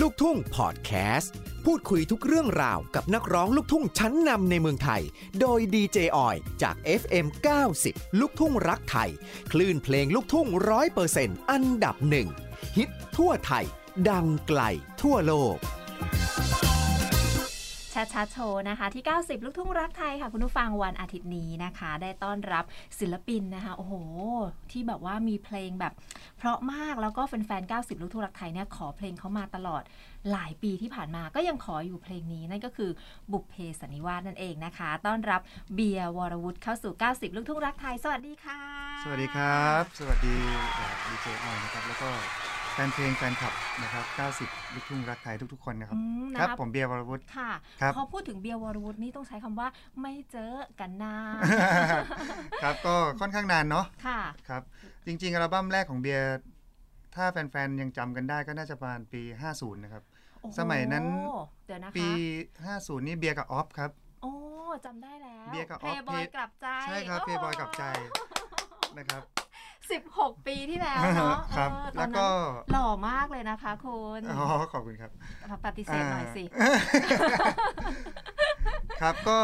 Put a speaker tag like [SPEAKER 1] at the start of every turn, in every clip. [SPEAKER 1] ลูกทุ่งพอดแคสต์ พูดคุยทุกเรื่องราวกับนักร้องลูกทุ่งชั้นนำในเมืองไทย โดยดีเจออยจาก FM 90 ลูกทุ่งรักไทย คลื่นเพลงลูกทุ่งร้อยเปอร์เซ็นต์อันดับหนึ่งฮิตทั่วไทย ดังไกลทั่วโลก
[SPEAKER 2] ชัดชัดโชว์นะคะ ที่ 90 ลูกทุ่งรักไทยค่ะ คุณผู้ฟังวันอาทิตย์นี้นะคะ ได้ต้อนรับศิลปินนะคะ โอ้โห ที่แบบว่ามีเพลงแบบ เพราะมากแล้วก็แฟนๆ 90 ลูกทุ่งรักไทยเนี่ยขอเพลงเขามาตลอดหลายปีที่ผ่านมาก็ยังขออยู่เพลงนี้ นั่นก็คือบุพเพสันนิวาสนั่นเองนะคะ ต้อนรับเบียร์วรวุฒิเข้าสู่ 90 ลูกทุ่งรักไทย สวัสดีค่ะ
[SPEAKER 3] สวัสดีครับ สวัสดีดีเจออยนะครับ แล้วก็แฟนเพลงแฟนคลับนะครับ 90 ลูกทุ่งรักไทยทุกๆ คนนะครับ
[SPEAKER 2] อืมนะ
[SPEAKER 3] ค
[SPEAKER 2] คะ
[SPEAKER 3] รับ ผมเบียร์วรวุฒิ
[SPEAKER 2] ค่ะ
[SPEAKER 3] ครับ
[SPEAKER 2] พอพูดถึงเบียร์วรวุฒินี่ต้องใช้คำว่าไม่เจอกันนาน
[SPEAKER 3] ครับ ก็ค่อนข้างนานเนาะ
[SPEAKER 2] ค่ะ
[SPEAKER 3] ครับ จริงๆ อัลบั้มแรกของเบียร์ ถ้าแฟนๆ ยังจำกันได้ก็น่าจะประมาณปี 50 นะครับ
[SPEAKER 2] โอ้โห
[SPEAKER 3] สมัยนั้น
[SPEAKER 2] เดี๋ยวนะคะ
[SPEAKER 3] ปี 50 นี่เบียร์กับออฟครับ
[SPEAKER 2] โอ้จำได้แล้ว
[SPEAKER 3] เบียร์กับ
[SPEAKER 2] เพลย์บอ
[SPEAKER 3] ออฟ
[SPEAKER 2] ย
[SPEAKER 3] เพจ
[SPEAKER 2] กลับใจ
[SPEAKER 3] ใช่ครับ
[SPEAKER 2] โ
[SPEAKER 3] เพียบอยกับใจนะครับ
[SPEAKER 2] 16 ปีที่แล้วเนาะ
[SPEAKER 3] ครับ
[SPEAKER 2] เออตอนนั้น
[SPEAKER 3] แล้วก็
[SPEAKER 2] หล่อมากเลยนะคะคุณ
[SPEAKER 3] อ๋อขอบคุณครับ
[SPEAKER 2] ปฏิเสธหน่อยสิ
[SPEAKER 3] อ่า ครับก็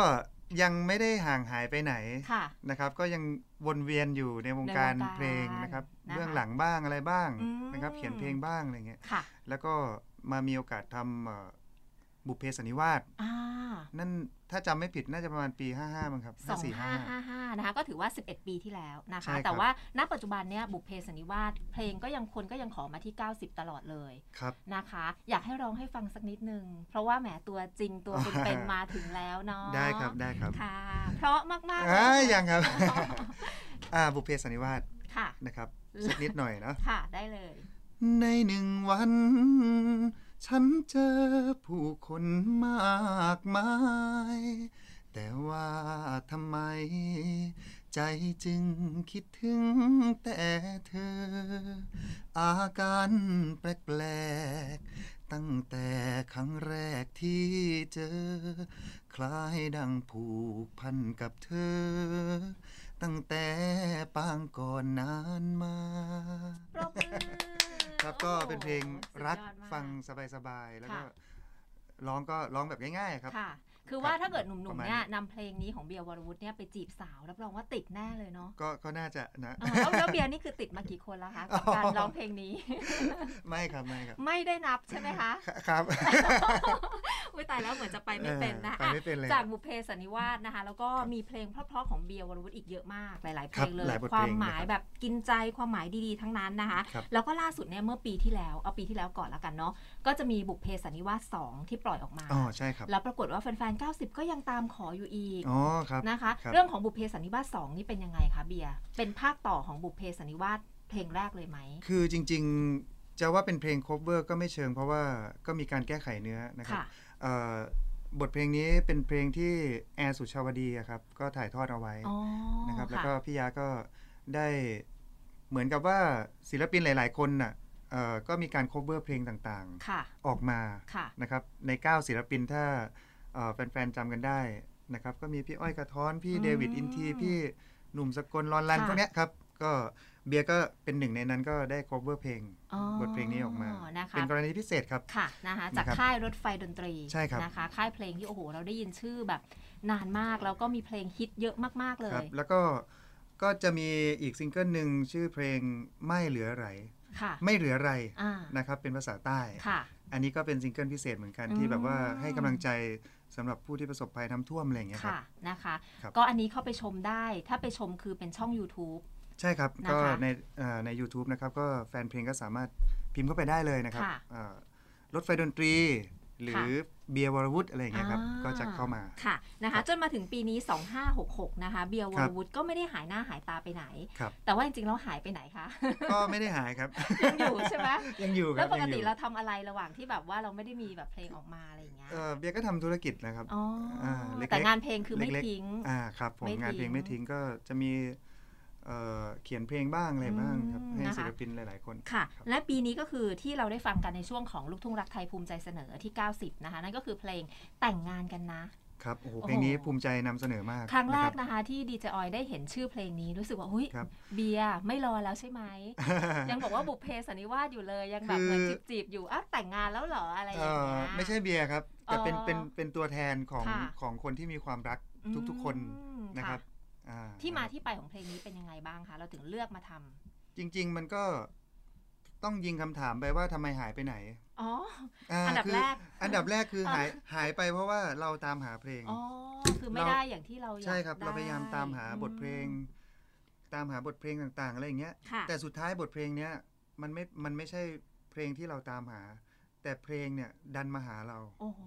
[SPEAKER 3] ยังไม่ได้ห่างหายไปไหน
[SPEAKER 2] ค่ะ
[SPEAKER 3] นะครับ ก็ยังวนเวียนอยู่ในวงการ
[SPEAKER 2] ในวงการ
[SPEAKER 3] เพลงนะครับ
[SPEAKER 2] นะคะ
[SPEAKER 3] เบื้องหลังบ้างอะไรบ้าง
[SPEAKER 2] อืม
[SPEAKER 3] นะครับ เขียนเพลงบ้างอะไรเงี้ย
[SPEAKER 2] ค่ะ
[SPEAKER 3] แล้วก็มามีโอกาสทำเอ่อบุพเพสันนิวาส
[SPEAKER 2] อ่า
[SPEAKER 3] นั่นถ้าจำไม่ผิดน่าจะประมาณปี 55มั้งครับ5455
[SPEAKER 2] 2555 นะคะ ก็ถือว่า 11 ปีที่แล้วนะ
[SPEAKER 3] ใช่
[SPEAKER 2] คะ
[SPEAKER 3] ครับ
[SPEAKER 2] แต่ว่าณปัจจุบันเนี้ยบุพเพสันนิวาสเพลงก็ยังคนก็ยังขอมาที่ 90 ตลอดเลย
[SPEAKER 3] ครับ
[SPEAKER 2] นะคะ อยากให้ร้องให้ฟังสักนิดนึง เพราะว่าแหมตัวจริงตัวเป็นๆมาถึงแล้วเนาะ
[SPEAKER 3] ได้ครับได้ครับ
[SPEAKER 2] ค่ะ เพราะมากๆเล
[SPEAKER 3] อ่าย ยังครับ อ่าบุพเพสันนิวาส
[SPEAKER 2] ค่ะ
[SPEAKER 3] นะครับสักนิดหน่อยเนาะ
[SPEAKER 2] ค่ะได้เลย
[SPEAKER 3] ในหนึ่งวัน ฉันเจอผู้คนมากมาย แต่ว่าทำไม ใจจึงคิดถึงแต่เธอ อาการแปลกๆ ตั้งแต่ครั้งแรกที่เจอ คล้ายดังผูกพันกับเธอ ตั้งแต่ปางก่อนนานมา
[SPEAKER 2] ปรบมือ
[SPEAKER 3] ครับก็เป็นเพลง
[SPEAKER 2] โอ้โห
[SPEAKER 3] รัก
[SPEAKER 2] สุดยอดมาก
[SPEAKER 3] ฟังสบายๆ แล้วก็
[SPEAKER 2] ค่ะ
[SPEAKER 3] ร้องก็ร้องแบบง่ายๆครับ
[SPEAKER 2] ค่ะ คือว่า
[SPEAKER 3] ครับ
[SPEAKER 2] ถ้าเกิดห
[SPEAKER 3] ป
[SPEAKER 2] นุ่ม
[SPEAKER 3] ระ
[SPEAKER 2] ๆ
[SPEAKER 3] มาณ
[SPEAKER 2] เนี่ยนำเพลงนี้ของเบียร์วรวุฒิเนี่ยไปจีบสาว รับรองว่าติดแน่เลยเนาะ
[SPEAKER 3] ก็ก็น่าจะนะ
[SPEAKER 2] เออแล้วแล้วเบียร์นี่คือติดมากี่คนแล้วคะกับการ
[SPEAKER 3] อ๋อ
[SPEAKER 2] ร้องเพลงนี้
[SPEAKER 3] ไม่ครับไม่ครับ
[SPEAKER 2] ไม่ได้นับใช่ไหมคะ
[SPEAKER 3] ครับ
[SPEAKER 2] อุ้ยตายแล้วเหมือนจะไปไม่เป็นนะ
[SPEAKER 3] ออไป
[SPEAKER 2] อ่ะ
[SPEAKER 3] ไม่เป็นเลย
[SPEAKER 2] จากบุพเพสันนิวาสนะคะ แล้วก็มีเพลงเพราะๆของเบียร์วรวุฒิอีกเยอะมากหลายๆเพ
[SPEAKER 3] ค
[SPEAKER 2] ล
[SPEAKER 3] รับ
[SPEAKER 2] งเลย
[SPEAKER 3] หลายบท
[SPEAKER 2] ควา
[SPEAKER 3] เพล
[SPEAKER 2] ม
[SPEAKER 3] ง
[SPEAKER 2] หมาย
[SPEAKER 3] นะครับ
[SPEAKER 2] แบบกินใจความหมายดีๆทั้งนั้นนะคะ
[SPEAKER 3] ครับ
[SPEAKER 2] แล้วก็ล่าสุดเนี่ยเมื่อปีที่แล้วเอาปีที่แล้วก่อนละกันเนาะก็จะมีบุพเพสันนิวาสสองที่ปล่อยออกมา
[SPEAKER 3] อ๋อใช่ครับ
[SPEAKER 2] แล้วปรากฏว่าแฟนๆ 90 ก็ยังตามขออยู่อีก
[SPEAKER 3] อ๋อครับ
[SPEAKER 2] นะคะ
[SPEAKER 3] ครับ
[SPEAKER 2] เรื่องของบุพเพสันนิวาส2นี่เป็นยังไงคะเบียร์ เป็นภาคต่อของบุพเพสันนิวาสเพลงแรกเลยไหม
[SPEAKER 3] คือจริงๆ จะว่าเป็นเพลง cover ก็ไม่เชิง เพราะว่าก็มีการแก้ไขเนื้อนะครับ
[SPEAKER 2] ค่ะ
[SPEAKER 3] เอ่อบทเพลงนี้เป็นเพลงที่แอร์สุชาวดีอะครับก็ถ่ายทอดเอาไว้
[SPEAKER 2] อ๋อ
[SPEAKER 3] นะครับแล้ว
[SPEAKER 2] ค่ะ
[SPEAKER 3] ก็พี่ยาก็ได้เหมือนกับว่าศิลปินหลาย ๆ คนน่ะเอ่อก็มีการ cover เพลงต่าง
[SPEAKER 2] ค่ะ
[SPEAKER 3] ๆ ออกมา
[SPEAKER 2] ค่ะ
[SPEAKER 3] นะครับใน 9 ศิลปินถ้าเอ่อแฟน ๆจำกันได้นะครับก็มีพี่อ้อยกระท้อน พี่
[SPEAKER 2] อืม
[SPEAKER 3] เดวิดอินที พี่หนุ่มสกลรอนลัน
[SPEAKER 2] ค่ะ
[SPEAKER 3] พวกเนี้ยครับ ก็เบียร์ก็เป็นหนึ่งในนั้นก็ได้ cover เพลง
[SPEAKER 2] อ๋อบ
[SPEAKER 3] ทเพลงนี้ออกมา
[SPEAKER 2] นะคะ
[SPEAKER 3] เป็นกรณีพิเศษครับ
[SPEAKER 2] ค่ะนะคะจาก
[SPEAKER 3] นะครับ
[SPEAKER 2] ค่ายรถไฟดนตรี
[SPEAKER 3] ใช่ครับ
[SPEAKER 2] นะคะ ค่ายเพลงที่โอ้โห เราได้ยินชื่อแบบนานมาก แล้วก็มีเพลงฮิตเยอะมากๆเล
[SPEAKER 3] ครับ
[SPEAKER 2] ย
[SPEAKER 3] แล้วก็ก็จะมีอีกซิงเกิลหนึ่งชื่อเพลงไม่เหลือไร
[SPEAKER 2] ค่ะ
[SPEAKER 3] ไม่เหลือไร
[SPEAKER 2] อ่า
[SPEAKER 3] นะครับเป็นภาษาใต้
[SPEAKER 2] ค่ะ
[SPEAKER 3] อันนี้ก็เป็นซิงเกิลพิเศษเหมือนกัน
[SPEAKER 2] อืม
[SPEAKER 3] ที่แบบว่าให้กำลังใจสำหรับผู้ที่ประสบภัยน้ำท่วมอะไรอย่างเงี้ยครับ
[SPEAKER 2] ค่ะ นะคะ
[SPEAKER 3] ครับ
[SPEAKER 2] ก็อันนี้เข้าไปชมได้ ถ้าไปชมคือเป็นช่อง YouTube
[SPEAKER 3] ใช่ครับ
[SPEAKER 2] นะคะ
[SPEAKER 3] ก็ในเอ่อใน u t u b e นะครับ ก็แฟนเพลงก็สามารถพิมพ์เข้าไปได้เลยนะครับ
[SPEAKER 2] ค่ะ
[SPEAKER 3] เอ่อรถไฟดนตรี หรือ
[SPEAKER 2] ค่ะ
[SPEAKER 3] เบียร์วรวุฒิอะไรอย่างเงี้ยครับ
[SPEAKER 2] อ่
[SPEAKER 3] ก็จะเข้ามา
[SPEAKER 2] ค่ะนะ
[SPEAKER 3] ครั
[SPEAKER 2] คะ
[SPEAKER 3] บ
[SPEAKER 2] จนมาถึงปีนี้ 2566 นะคะ เบียร์ว
[SPEAKER 3] ครั
[SPEAKER 2] ร
[SPEAKER 3] บ
[SPEAKER 2] วุฒิก็ไม่ได้หายหน้าหายตาไปไหน
[SPEAKER 3] ครับ
[SPEAKER 2] แต่ว่าจริงๆแล้วหายไปไหนคะ
[SPEAKER 3] ก็ไม่ได้หายครับ
[SPEAKER 2] ยังอยู่ใช่ไหม
[SPEAKER 3] ยังอยู่ค
[SPEAKER 2] แล้
[SPEAKER 3] รั
[SPEAKER 2] ว
[SPEAKER 3] บ
[SPEAKER 2] ป
[SPEAKER 3] ยั
[SPEAKER 2] ก
[SPEAKER 3] งอ
[SPEAKER 2] ติ
[SPEAKER 3] ยู่
[SPEAKER 2] เราทำอะไรระหว่างที่แบบว่าเราไม่ได้มีแบบเพลงออกมาอะไรอย่างเงี้ย
[SPEAKER 3] เอ่อเบียร์ก็ทำธุรกิจนะครับ
[SPEAKER 2] อ๋ออา
[SPEAKER 3] เล็กๆ
[SPEAKER 2] แต่งานเพลงคือไม่
[SPEAKER 3] เล็กๆ
[SPEAKER 2] ทิ้ง
[SPEAKER 3] อ่าครับผม
[SPEAKER 2] ไม่
[SPEAKER 3] งานเพลง
[SPEAKER 2] ทิ้
[SPEAKER 3] ไม่
[SPEAKER 2] ง
[SPEAKER 3] ทิ้งก็จะมีเอ่อเขียนเพลงบ้างอะไรบ้างครับ
[SPEAKER 2] อืม
[SPEAKER 3] ให้
[SPEAKER 2] นะคะ
[SPEAKER 3] ศิลปินหลาย ๆ คน
[SPEAKER 2] ค่ะ และปีนี้ก็คือที่เราได้ฟังกันในช่วงของลูกทุ่งรักไทยภูมิใจเสนอที่ 90 นะคะ นั่นก็คือเพลงแต่งงานกันนะ
[SPEAKER 3] ครับโอ้โห
[SPEAKER 2] โอ้โห
[SPEAKER 3] เพลงนี้ภูมิใจนำเสนอมาก
[SPEAKER 2] ครั้งแรก
[SPEAKER 3] นะ
[SPEAKER 2] นะคะ ที่ดีเจออยได้เห็นชื่อเพลงนี้รู้สึกว่าอุ้ย
[SPEAKER 3] ครับ
[SPEAKER 2] เบียร์ไม่รอแล้วใช่ไหม
[SPEAKER 3] ครับ
[SPEAKER 2] ยังบอกว่าบุพเพสันนิวาสอยู่เลย ยังแบบ
[SPEAKER 3] คือ
[SPEAKER 2] เหมือนจีบๆอยู่อ้าวแต่งงานแล้วเหรออะไรอ
[SPEAKER 3] เอ่
[SPEAKER 2] ย่าง
[SPEAKER 3] อ
[SPEAKER 2] เงี้ย
[SPEAKER 3] ไม่ใช่เบียร์ครับ แต่เป็น
[SPEAKER 2] อ๋อ
[SPEAKER 3] เป็นเป็นตัวแทนของ
[SPEAKER 2] ค่ะ
[SPEAKER 3] ของคนที่มีความรัก
[SPEAKER 2] อืม
[SPEAKER 3] ทุกๆคนนะครับอ่
[SPEAKER 2] ที่มา
[SPEAKER 3] ครับ
[SPEAKER 2] ที่ไปของเพลงนี้เป็นยังไงบ้างคะเราถึงเลือกมาทำ
[SPEAKER 3] จริง ๆ มันก็ต้องยิงคำถามไปว่าทำไมหายไปไหน
[SPEAKER 2] อ๋อ
[SPEAKER 3] า
[SPEAKER 2] อันดับ
[SPEAKER 3] คื
[SPEAKER 2] แรก
[SPEAKER 3] อันดับแรกคือหายหายไปเพราะว่าเราตามหาเพลง
[SPEAKER 2] อ๋อคือไม่ได้อย่างที่เราอยาก
[SPEAKER 3] ใช่ครับ เรา
[SPEAKER 2] ได้
[SPEAKER 3] พยายามตามหาบทเพลง
[SPEAKER 2] อืม
[SPEAKER 3] ตามหาบทเพลงต่างๆอะไรอย่างเงี้ย
[SPEAKER 2] ค่ะ
[SPEAKER 3] แต่สุดท้ายบทเพลงเนี้ยมันไม่มันไม่ใช่เพลงที่เราตามหา แต่เพลงเนี่ยดันมาหาเรา
[SPEAKER 2] โอ้โห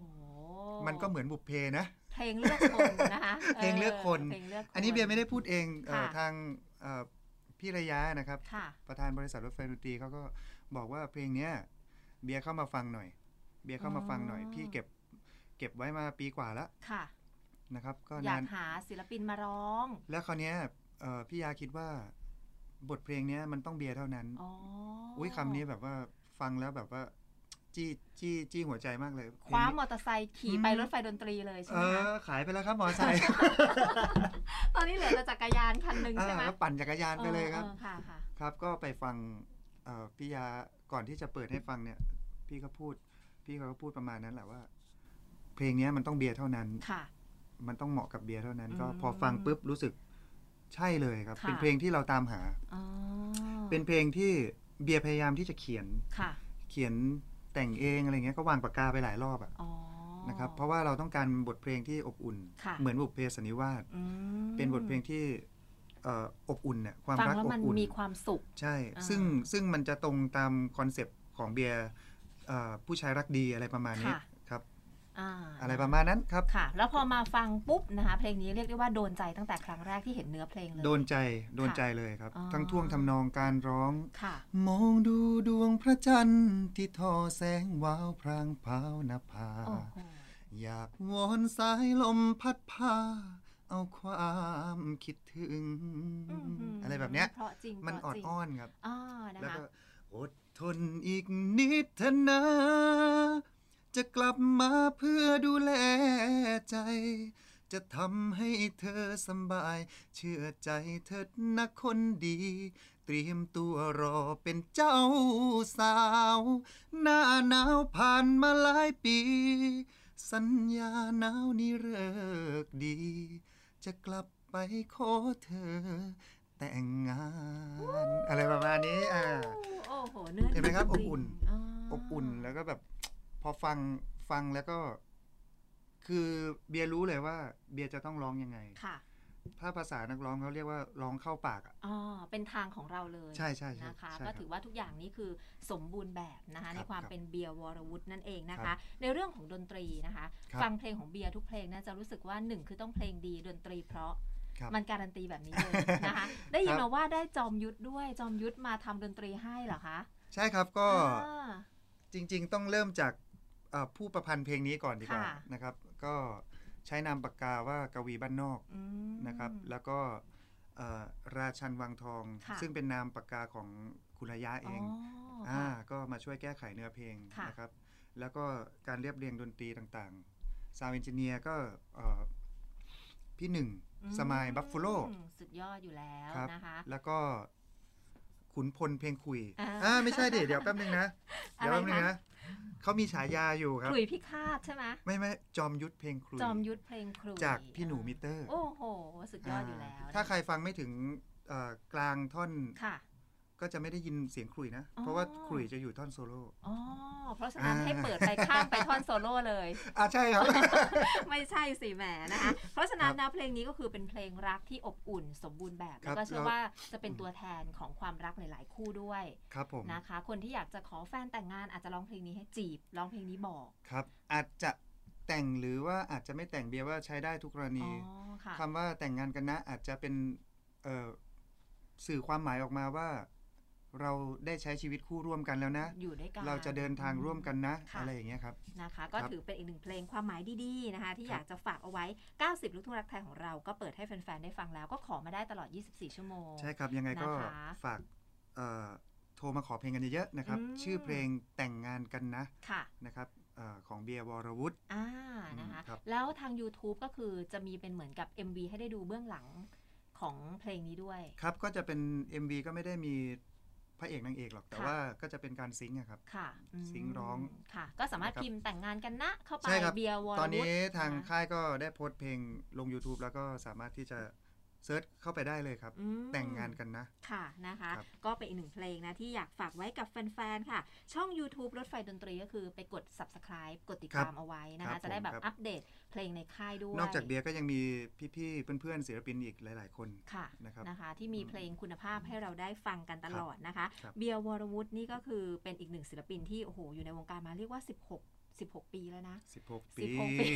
[SPEAKER 3] มันก็เหมือนบุพเพนะ
[SPEAKER 2] เพลงเลือกคนนะคะ
[SPEAKER 3] เพลงเลือกคน
[SPEAKER 2] เพลงเลือกค
[SPEAKER 3] อันนี้เบียร์ไม่ได้พูดเองเอ่อ
[SPEAKER 2] ค่ะ
[SPEAKER 3] ทางเอ่อพี่ระยะนะครับ
[SPEAKER 2] ค่ะ
[SPEAKER 3] ประธานบริษัทรถไฟดนตรีเขาก็บอกว่าเพลงเนี้ยเบียร์เข้ามาฟังหน่อย เบียร์เข้ามาฟังหน่อย
[SPEAKER 2] อ๋อ
[SPEAKER 3] พี่เก็บเก็บไว้มาปีกว่าแล้ว
[SPEAKER 2] ค่ะ
[SPEAKER 3] นะครับ ก็
[SPEAKER 2] อยาน
[SPEAKER 3] าก น
[SPEAKER 2] หาศิลปินมาร้อง
[SPEAKER 3] แล้วคราวเนี้ยเอ่อพี่ยาคิดว่าบทเพลงเนี้ยมันต้องเบียร์เท่านั้น
[SPEAKER 2] อ๋อ
[SPEAKER 3] อุ้ยคำนี้แบบว่าฟังแล้วแบบว่าจี้จี้จี้หัวใจมากเลย
[SPEAKER 2] คว้า
[SPEAKER 3] เพล
[SPEAKER 2] ม
[SPEAKER 3] งนี้
[SPEAKER 2] อเตอร์ไซค์ขี่ไป
[SPEAKER 3] อืม
[SPEAKER 2] รถไฟดนตรีเลยใช่
[SPEAKER 3] เอ
[SPEAKER 2] ไหมคะ
[SPEAKER 3] อขายไปแล้วครับมอไซค์
[SPEAKER 2] ตอนนี้เหลือแต่จักรยานคันหนึ่ง
[SPEAKER 3] อ่า
[SPEAKER 2] ใช่ไหม
[SPEAKER 3] แล้วปั่นจักรยานไปเลยครับ
[SPEAKER 2] ออออค่ะค่ะ
[SPEAKER 3] ครับก็ไปฟังเอ่อพี่ยาก่อนที่จะเปิดให้ฟังเนี่ย พี่ก็พูด พี่เขาก็พูดประมาณนั้นแหละว่า เพลงเนี้ยมันต้องเบียร์เท่านั้น
[SPEAKER 2] ค่ะ
[SPEAKER 3] มันต้องเหมาะกับเบียร์เท่านั้น
[SPEAKER 2] อืม
[SPEAKER 3] ก็พอฟังปุ๊บรู้สึกใช่เลยครับ
[SPEAKER 2] ค่ะ
[SPEAKER 3] เป็นเพลงที่เราตามหา
[SPEAKER 2] อ๋อ
[SPEAKER 3] เป็นเพลงที่เบียร์พยายามที่จะเขียน
[SPEAKER 2] ค่ะ
[SPEAKER 3] เขียนแต่งเองอะไรเงี้ยก็วางปากกาไปหลายรอบอะ
[SPEAKER 2] อ๋อ
[SPEAKER 3] นะครับเพราะว่าเราต้องการบทเพลงที่อบอุ่น
[SPEAKER 2] ค่ะ
[SPEAKER 3] เหมือนบุพเพสันนิวาส
[SPEAKER 2] อืม
[SPEAKER 3] เป็นบทเพลงที่เอ่ออบอุ่นเนี่ยความ
[SPEAKER 2] ฟัง
[SPEAKER 3] รัก
[SPEAKER 2] แล้ว
[SPEAKER 3] อ
[SPEAKER 2] มั
[SPEAKER 3] บ
[SPEAKER 2] น
[SPEAKER 3] อุ่น
[SPEAKER 2] มีความสุข
[SPEAKER 3] ใช่
[SPEAKER 2] อ่า
[SPEAKER 3] ซึ่งซึ่งมันจะตรงตามคอนเซปต์ของเบียร์เอ่อผู้ชายรักดีอะไรประมาณนี้ครับ
[SPEAKER 2] อ่า
[SPEAKER 3] อะไรประมาณนั้นครับ
[SPEAKER 2] ค่ะ แล้วพอมาฟังปุ๊บนะคะ เพลงนี้เรียกได้ว่าโดนใจตั้งแต่ครั้งแรกที่เห็นเนื้อเพลงเลย
[SPEAKER 3] โดนใจโดนใจเลยครับ
[SPEAKER 2] อ๋อ
[SPEAKER 3] ทั้งท่วงทำนองการร้อง
[SPEAKER 2] ค่ะ
[SPEAKER 3] มองดูดวงพระจันทร์ที่ทอแสงวาวพรางพราวนภา
[SPEAKER 2] โอ้โห
[SPEAKER 3] อยากวอนสายลมพัดพา เอาความคิดถึง อะไรแบบเนี้ย
[SPEAKER 2] เพราะจริง
[SPEAKER 3] มัน
[SPEAKER 2] เพ
[SPEAKER 3] ออ
[SPEAKER 2] ราะ
[SPEAKER 3] ด
[SPEAKER 2] จริง
[SPEAKER 3] อ้อนครับ
[SPEAKER 2] อ่านะ
[SPEAKER 3] แล้ว
[SPEAKER 2] คะ
[SPEAKER 3] ก็อดทนอีกนิดเถอะนะ จะกลับมาเพื่อดูแลใจ จะทำให้เธอสำบาย เชื่อใจเธอนะคนดี เตรียมตัวรอเป็นเจ้าสาว หน้าหนาวผ่านมาหลายปี สัญญาหนาวนี้เลิกดี จะกลับไปขอเธอ แต่งงาน อะไรประมาณนี้อ่า
[SPEAKER 2] โอ้โห เนื้อ
[SPEAKER 3] เห็นไหมครับอบอุ่น
[SPEAKER 2] จริงา
[SPEAKER 3] อบอุ่นแล้วก็แบบ พอฟังฟังแล้วก็ คือเบียร์รู้เลยว่า เบียร์จะต้องร้องยังไง
[SPEAKER 2] ค่ะ
[SPEAKER 3] ถ้าภาษานักร้องเขาเรียกว่าร้องเข้าปากอ่ะ
[SPEAKER 2] อ๋อเป็นทางของเราเลย
[SPEAKER 3] ใช่ใช่ใช่
[SPEAKER 2] นะคะ
[SPEAKER 3] ใช่ครับ
[SPEAKER 2] ก็ถือว่าทุกอย่างนี้คือสมบูรณ์แบบนะคะ
[SPEAKER 3] ครับ
[SPEAKER 2] ในความ
[SPEAKER 3] ครับ
[SPEAKER 2] เป็นเบียร์วรวุฒินั่นเองนะ
[SPEAKER 3] ครั
[SPEAKER 2] คะ
[SPEAKER 3] บ
[SPEAKER 2] ในเรื่องของดนตรีนะคะ
[SPEAKER 3] ครับ
[SPEAKER 2] ฟังเพลงของเบียร์ทุกเพลงน่าจะรู้สึกว่าหนึ่งคือต้องเพลงดีดนตรีเพราะ
[SPEAKER 3] ครับ
[SPEAKER 2] มันการันตีแบบนี้เลยนะคะ ได้ยิน
[SPEAKER 3] ครับ
[SPEAKER 2] มาว่าได้จอมยุทธด้วยจอมยุทธมาทำดนตรีให้เหรอคะ
[SPEAKER 3] ใช่ครับก็
[SPEAKER 2] อ่า
[SPEAKER 3] จริง ๆ ต้องเริ่มจากเอ่อผู้ประพันธ์เพลงนี้ก่อนดีกว่า
[SPEAKER 2] ค่ะ
[SPEAKER 3] นะครับ ก็ใช้นามปากกาว่ากวีบ้านนอก
[SPEAKER 2] อืม
[SPEAKER 3] นะครับ แล้วก็เอ่อราชันวังทอง
[SPEAKER 2] ค่ะ
[SPEAKER 3] ซึ่งเป็นนามปากกาของคุณระยะเอง
[SPEAKER 2] อ๋ออ่า
[SPEAKER 3] อ่าก็มาช่วยแก้ไขเนื้อเพลง
[SPEAKER 2] ค่ะ
[SPEAKER 3] นะครับ แล้วก็การเรียบเรียงดนตรีต่างๆ ซาวเอนจิเนียร์ก็เอ่อพี่หนึ่ง
[SPEAKER 2] อื
[SPEAKER 3] สมายบัฟฟ a โล
[SPEAKER 2] สุดยอดอยู่แล้ว
[SPEAKER 3] ครับ
[SPEAKER 2] นะคะ
[SPEAKER 3] แล้วก็ขุนพลเพลงคุย
[SPEAKER 2] อ่า
[SPEAKER 3] อ่าไม่ใช่ดิเดี๋ยวแป๊บนึงนะ เดี๋ยว
[SPEAKER 2] อะไร
[SPEAKER 3] แป๊บนึง
[SPEAKER 2] คะ
[SPEAKER 3] นะเขามีฉายาอยู่ครับ
[SPEAKER 2] ขลุยพิฆาตใช่ไหม
[SPEAKER 3] ไม่ไม่จอมยุทธเพลงคุย
[SPEAKER 2] จอมยุทธเพลงครุย
[SPEAKER 3] จากพี่หนูมิเตอร์
[SPEAKER 2] โอ้โห สุดยอดอยู่แล้ว
[SPEAKER 3] อ่าถ้าใครฟังไม่ถึงเอ่อกลางท่อน
[SPEAKER 2] ค่ะ
[SPEAKER 3] ก็จะไม่ได้ยินเสียงคุยนะ
[SPEAKER 2] อ๋อ
[SPEAKER 3] เพราะว่าคุยจะอยู่ท่อนโซโล่
[SPEAKER 2] อ๋อ เพราะฉะนั้นให้เปิดไปข้ามไปท่อนโซโล่เลย
[SPEAKER 3] อ่ะใช่ครับ
[SPEAKER 2] ไม่ใช่สิแหมนะคะ เพราะฉะนั้น
[SPEAKER 3] ครั
[SPEAKER 2] นะ
[SPEAKER 3] บ
[SPEAKER 2] เพลงนี้ก็คือเป็นเพลงรักที่อบอุ่นสมบูรณ์แบบ
[SPEAKER 3] ครั
[SPEAKER 2] แล้ว
[SPEAKER 3] บ
[SPEAKER 2] ก็เชื่อ
[SPEAKER 3] แล้ว
[SPEAKER 2] ว่าจะเป็นตัวแทนของความรักหลาย ๆ คู่ด้วย
[SPEAKER 3] ครับผม
[SPEAKER 2] นะคะ คนที่อยากจะขอแฟนแต่งงานอาจจะร้องเพลงนี้ให้จีบร้องเพลงนี้บอก
[SPEAKER 3] ครับอาจจะแต่งหรือว่าอาจจะไม่แต่งเบียร์ว่าใช้ได้ทุกกร
[SPEAKER 2] อ๋อ
[SPEAKER 3] ณี
[SPEAKER 2] ค่ะ
[SPEAKER 3] คำว่าแต่งงานกันนะอาจจะเป็นเอ่อสื่อความหมายออกมาว่า เราได้ใช้ชีวิตคู่ร่วมกันแล้วนะ
[SPEAKER 2] อยู่ด้วยกัน
[SPEAKER 3] เราจะเดินทางร่วมกันนะ
[SPEAKER 2] ค่ะ
[SPEAKER 3] อะไรอย่างเงี้ยครับ
[SPEAKER 2] นะคะก็
[SPEAKER 3] ครับ
[SPEAKER 2] ถือเป็นอีกหนึ่งเพลงความหมายดีๆนะคะ ที่อ
[SPEAKER 3] ครับ
[SPEAKER 2] ยากจะฝากเอาไว้ 90 ลูกทุ่งรักไทยของเรา ก็เปิดให้แฟนๆ ได้ฟังแล้วก็ขอมาได้ตลอด 24 ชั่วโมง
[SPEAKER 3] ใช่ครับยังไงก็
[SPEAKER 2] นะคะ
[SPEAKER 3] ฝากเอ่อโทรมาขอเพลงกันเยอะๆนะครับ
[SPEAKER 2] อืม
[SPEAKER 3] ชื่อเพลงแต่งงานกันนะ
[SPEAKER 2] ค่ะ
[SPEAKER 3] นะครับ เอ่อของเบียร์วรวุฒิ
[SPEAKER 2] อ่านะคะ
[SPEAKER 3] อืมครับ
[SPEAKER 2] แล้วทาง YouTube ก็คือจะมีเป็นเหมือนกับ MV ให้ได้ดูเบื้องหลังของเพลงนี้ด้วย
[SPEAKER 3] ครับก็จะเป็น MV ก็ไม่ได้มีพระเอกนางเอกหรอก แต่
[SPEAKER 2] ค่ะ
[SPEAKER 3] ว่าก็จะเป็นการซิงค์อะครับ
[SPEAKER 2] ค่ะอืม
[SPEAKER 3] ซิงค์ร้อง
[SPEAKER 2] ค่ะ ก็สามารถ
[SPEAKER 3] นะครับ
[SPEAKER 2] พิมพ์แต่งงานกันนะเข้าไป
[SPEAKER 3] ใช่ครับ
[SPEAKER 2] เบียร์วอล
[SPEAKER 3] ตอนนี้ทาง
[SPEAKER 2] นะคะ
[SPEAKER 3] ค่ายก็ได้โพสต์เพลงลง YouTube แล้วก็สามารถที่จะเซิร์ชเข้าไปได้เลยครับ
[SPEAKER 2] อืม
[SPEAKER 3] แต่งงานกันนะ
[SPEAKER 2] ค่ะนะคะ
[SPEAKER 3] ครับ
[SPEAKER 2] ก็เป็นอีกหนึ่งเพลงนะ ที่อยากฝากไว้กับแฟน ๆ ค่ะ ช่อง YouTube รถไฟดนตรีก็คือไปกด subscribe กดติด
[SPEAKER 3] ครับ
[SPEAKER 2] ตามเอาไว้นะ
[SPEAKER 3] ครั
[SPEAKER 2] คะ
[SPEAKER 3] บ
[SPEAKER 2] จะได้แบบ
[SPEAKER 3] ผมครับ
[SPEAKER 2] อัปเดตเพลงในค่ายด้วย
[SPEAKER 3] นอกจากเบียร์ก็ยังมีพี่ๆเพื่อนๆศิลปินอีกหลาย ๆ คน
[SPEAKER 2] ค่ะ
[SPEAKER 3] นะครับ
[SPEAKER 2] นะคะ ที่มี
[SPEAKER 3] อืม
[SPEAKER 2] เพลงคุณภาพให้เราได้ฟังกันตลอดนะคะ
[SPEAKER 3] ครับ
[SPEAKER 2] เบียร์วรวุฒินี่ก็คือเป็นอีกหนึ่งศิลปินที่โอ้โหอยู่ในวงการมาเรียกว่า 16 16 ปีแล้วนะ
[SPEAKER 3] 16
[SPEAKER 2] สิ
[SPEAKER 3] ปี
[SPEAKER 2] บหกปี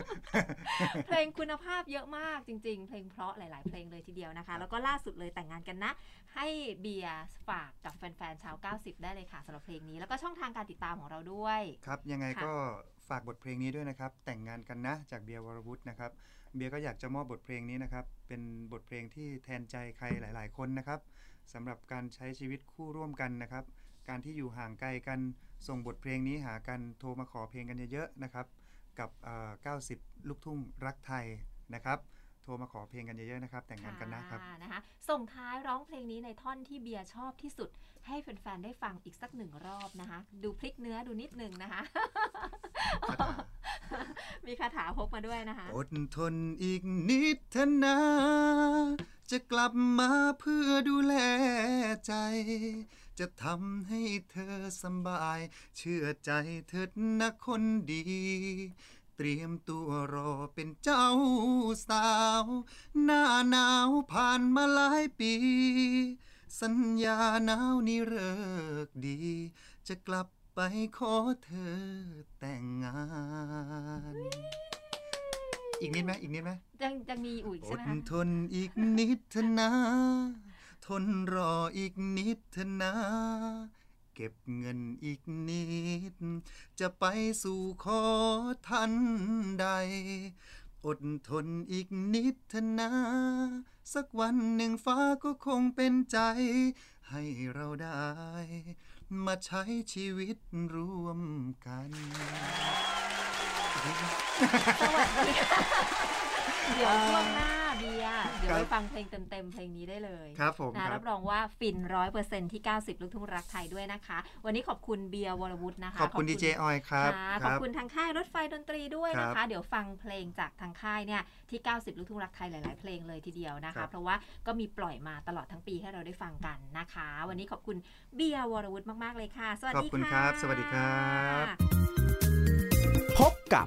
[SPEAKER 2] เพลงคุณภาพเยอะมากจริง ๆ เพลงเพราะหลาย ๆ เพลงเลยทีเดียวนะ
[SPEAKER 3] ครั
[SPEAKER 2] คะ
[SPEAKER 3] บ
[SPEAKER 2] แล้วก็ล่าสุดเลยแต่งงานกันนะ ให้เบียร์ฝากกับแฟน ๆ ชาว 90 ได้เลยค่ะสำหรับเพลงนี้ แล้วก็ช่องทางการติดตามของเราด้วย
[SPEAKER 3] ครับยังไง
[SPEAKER 2] ค่ะ
[SPEAKER 3] ก็ฝากบทเพลงนี้ด้วยนะครับ แต่งงานกันนะ จากเบียร์วรวุฒินะครับ เบียร์ก็อยากจะมอบบทเพลงนี้นะครับ เป็นบทเพลงที่แทนใจใครหลาย ๆ คนนะครับสำหรับการใช้ชีวิตคู่ร่วมกันนะครับ การที่อยู่ห่างไกลกัน ส่งบทเพลงนี้หากันโทรมาขอเพลงกันเยอะๆนะครับ กับเอ่อ90 ลูกทุ่งรักไทยนะครับ โทรมาขอเพลงกันเยอะๆนะครับ แต่งงานกันนะครับ
[SPEAKER 2] ค่ะนะคะ ส่งท้ายร้องเพลงนี้ในท่อนที่เบียร์ชอบที่สุด ให้แฟน ๆ ได้ฟังอีกสักหนึ่งรอบนะคะ ดูพลิกเนื้อดูนิดหนึงนะคะ มีคาถาพกมาด้วยนะคะ
[SPEAKER 3] อดทนอีกนิดเถอะนะจะกลับมาเพื่อดูแลใจ จะทำให้เธอสำบาย เชื่อใจเถิดนะคนดี เตรียมตัวรอเป็นเจ้าสาว หน้าหนาวผ่านมาหลายปี สัญญาหนาวนี้เลิกดี จะกลับไปขอเธอแต่งงาน อีกนิดไหมอีกนิดไหม
[SPEAKER 2] ยังยังมีอยู่อีก
[SPEAKER 3] อ
[SPEAKER 2] ใช่
[SPEAKER 3] ด
[SPEAKER 2] ไหมคะ
[SPEAKER 3] ทนอีกนิดเถอะนะ ทนรออีกนิดเถอะนะ เก็บเงินอีกนิด จะไปสู่ขอทันใด อดทนอีกนิดเถอะนะ สักวันหนึ่งฟ้าก็คงเป็นใจ ให้เราได้ มาใช้ชีวิตร่วมกัน
[SPEAKER 2] สวัสดีค่ะเดี๋ยวช่วงหน้าเบียร์เดี๋ยวไปฟังเพลงเต็มๆ เพลงนี้ได้เลย
[SPEAKER 3] ครับผม
[SPEAKER 2] นะครับ รับรองว่าฟินร้อยเปอร์เซ็นที่ 90 ลูกทุ่งรักไทยด้วยนะคะ วันนี้ขอบคุณเบียร์วรวุฒินะคะ
[SPEAKER 3] ขอบคุณดีเจออยครับ
[SPEAKER 2] ค่ะ
[SPEAKER 3] ค
[SPEAKER 2] ขอบ
[SPEAKER 3] รับ
[SPEAKER 2] คุณทางค่ายรถไฟดนตรีด้วยนะ
[SPEAKER 3] ครั
[SPEAKER 2] คะ
[SPEAKER 3] บ
[SPEAKER 2] เดี๋ยวฟังเพลงจากทางค่ายเนี่ยที่ 90 ลูกทุ่งรักไทยหลาย ๆ เพลงเลยทีเดียวนะ
[SPEAKER 3] ครั
[SPEAKER 2] คะ
[SPEAKER 3] บ
[SPEAKER 2] เพราะว่าก็มีปล่อยมาตลอดทั้งปีให้เราได้ฟังกันนะคะ วันนี้ขอบคุณเบียร์วรวุฒิมากๆเลยค่ะ สวัส
[SPEAKER 3] ขอบ
[SPEAKER 2] ดี
[SPEAKER 3] คุณ
[SPEAKER 2] ค่ะ
[SPEAKER 3] ครับ สวัสดีครับ
[SPEAKER 1] พบกับ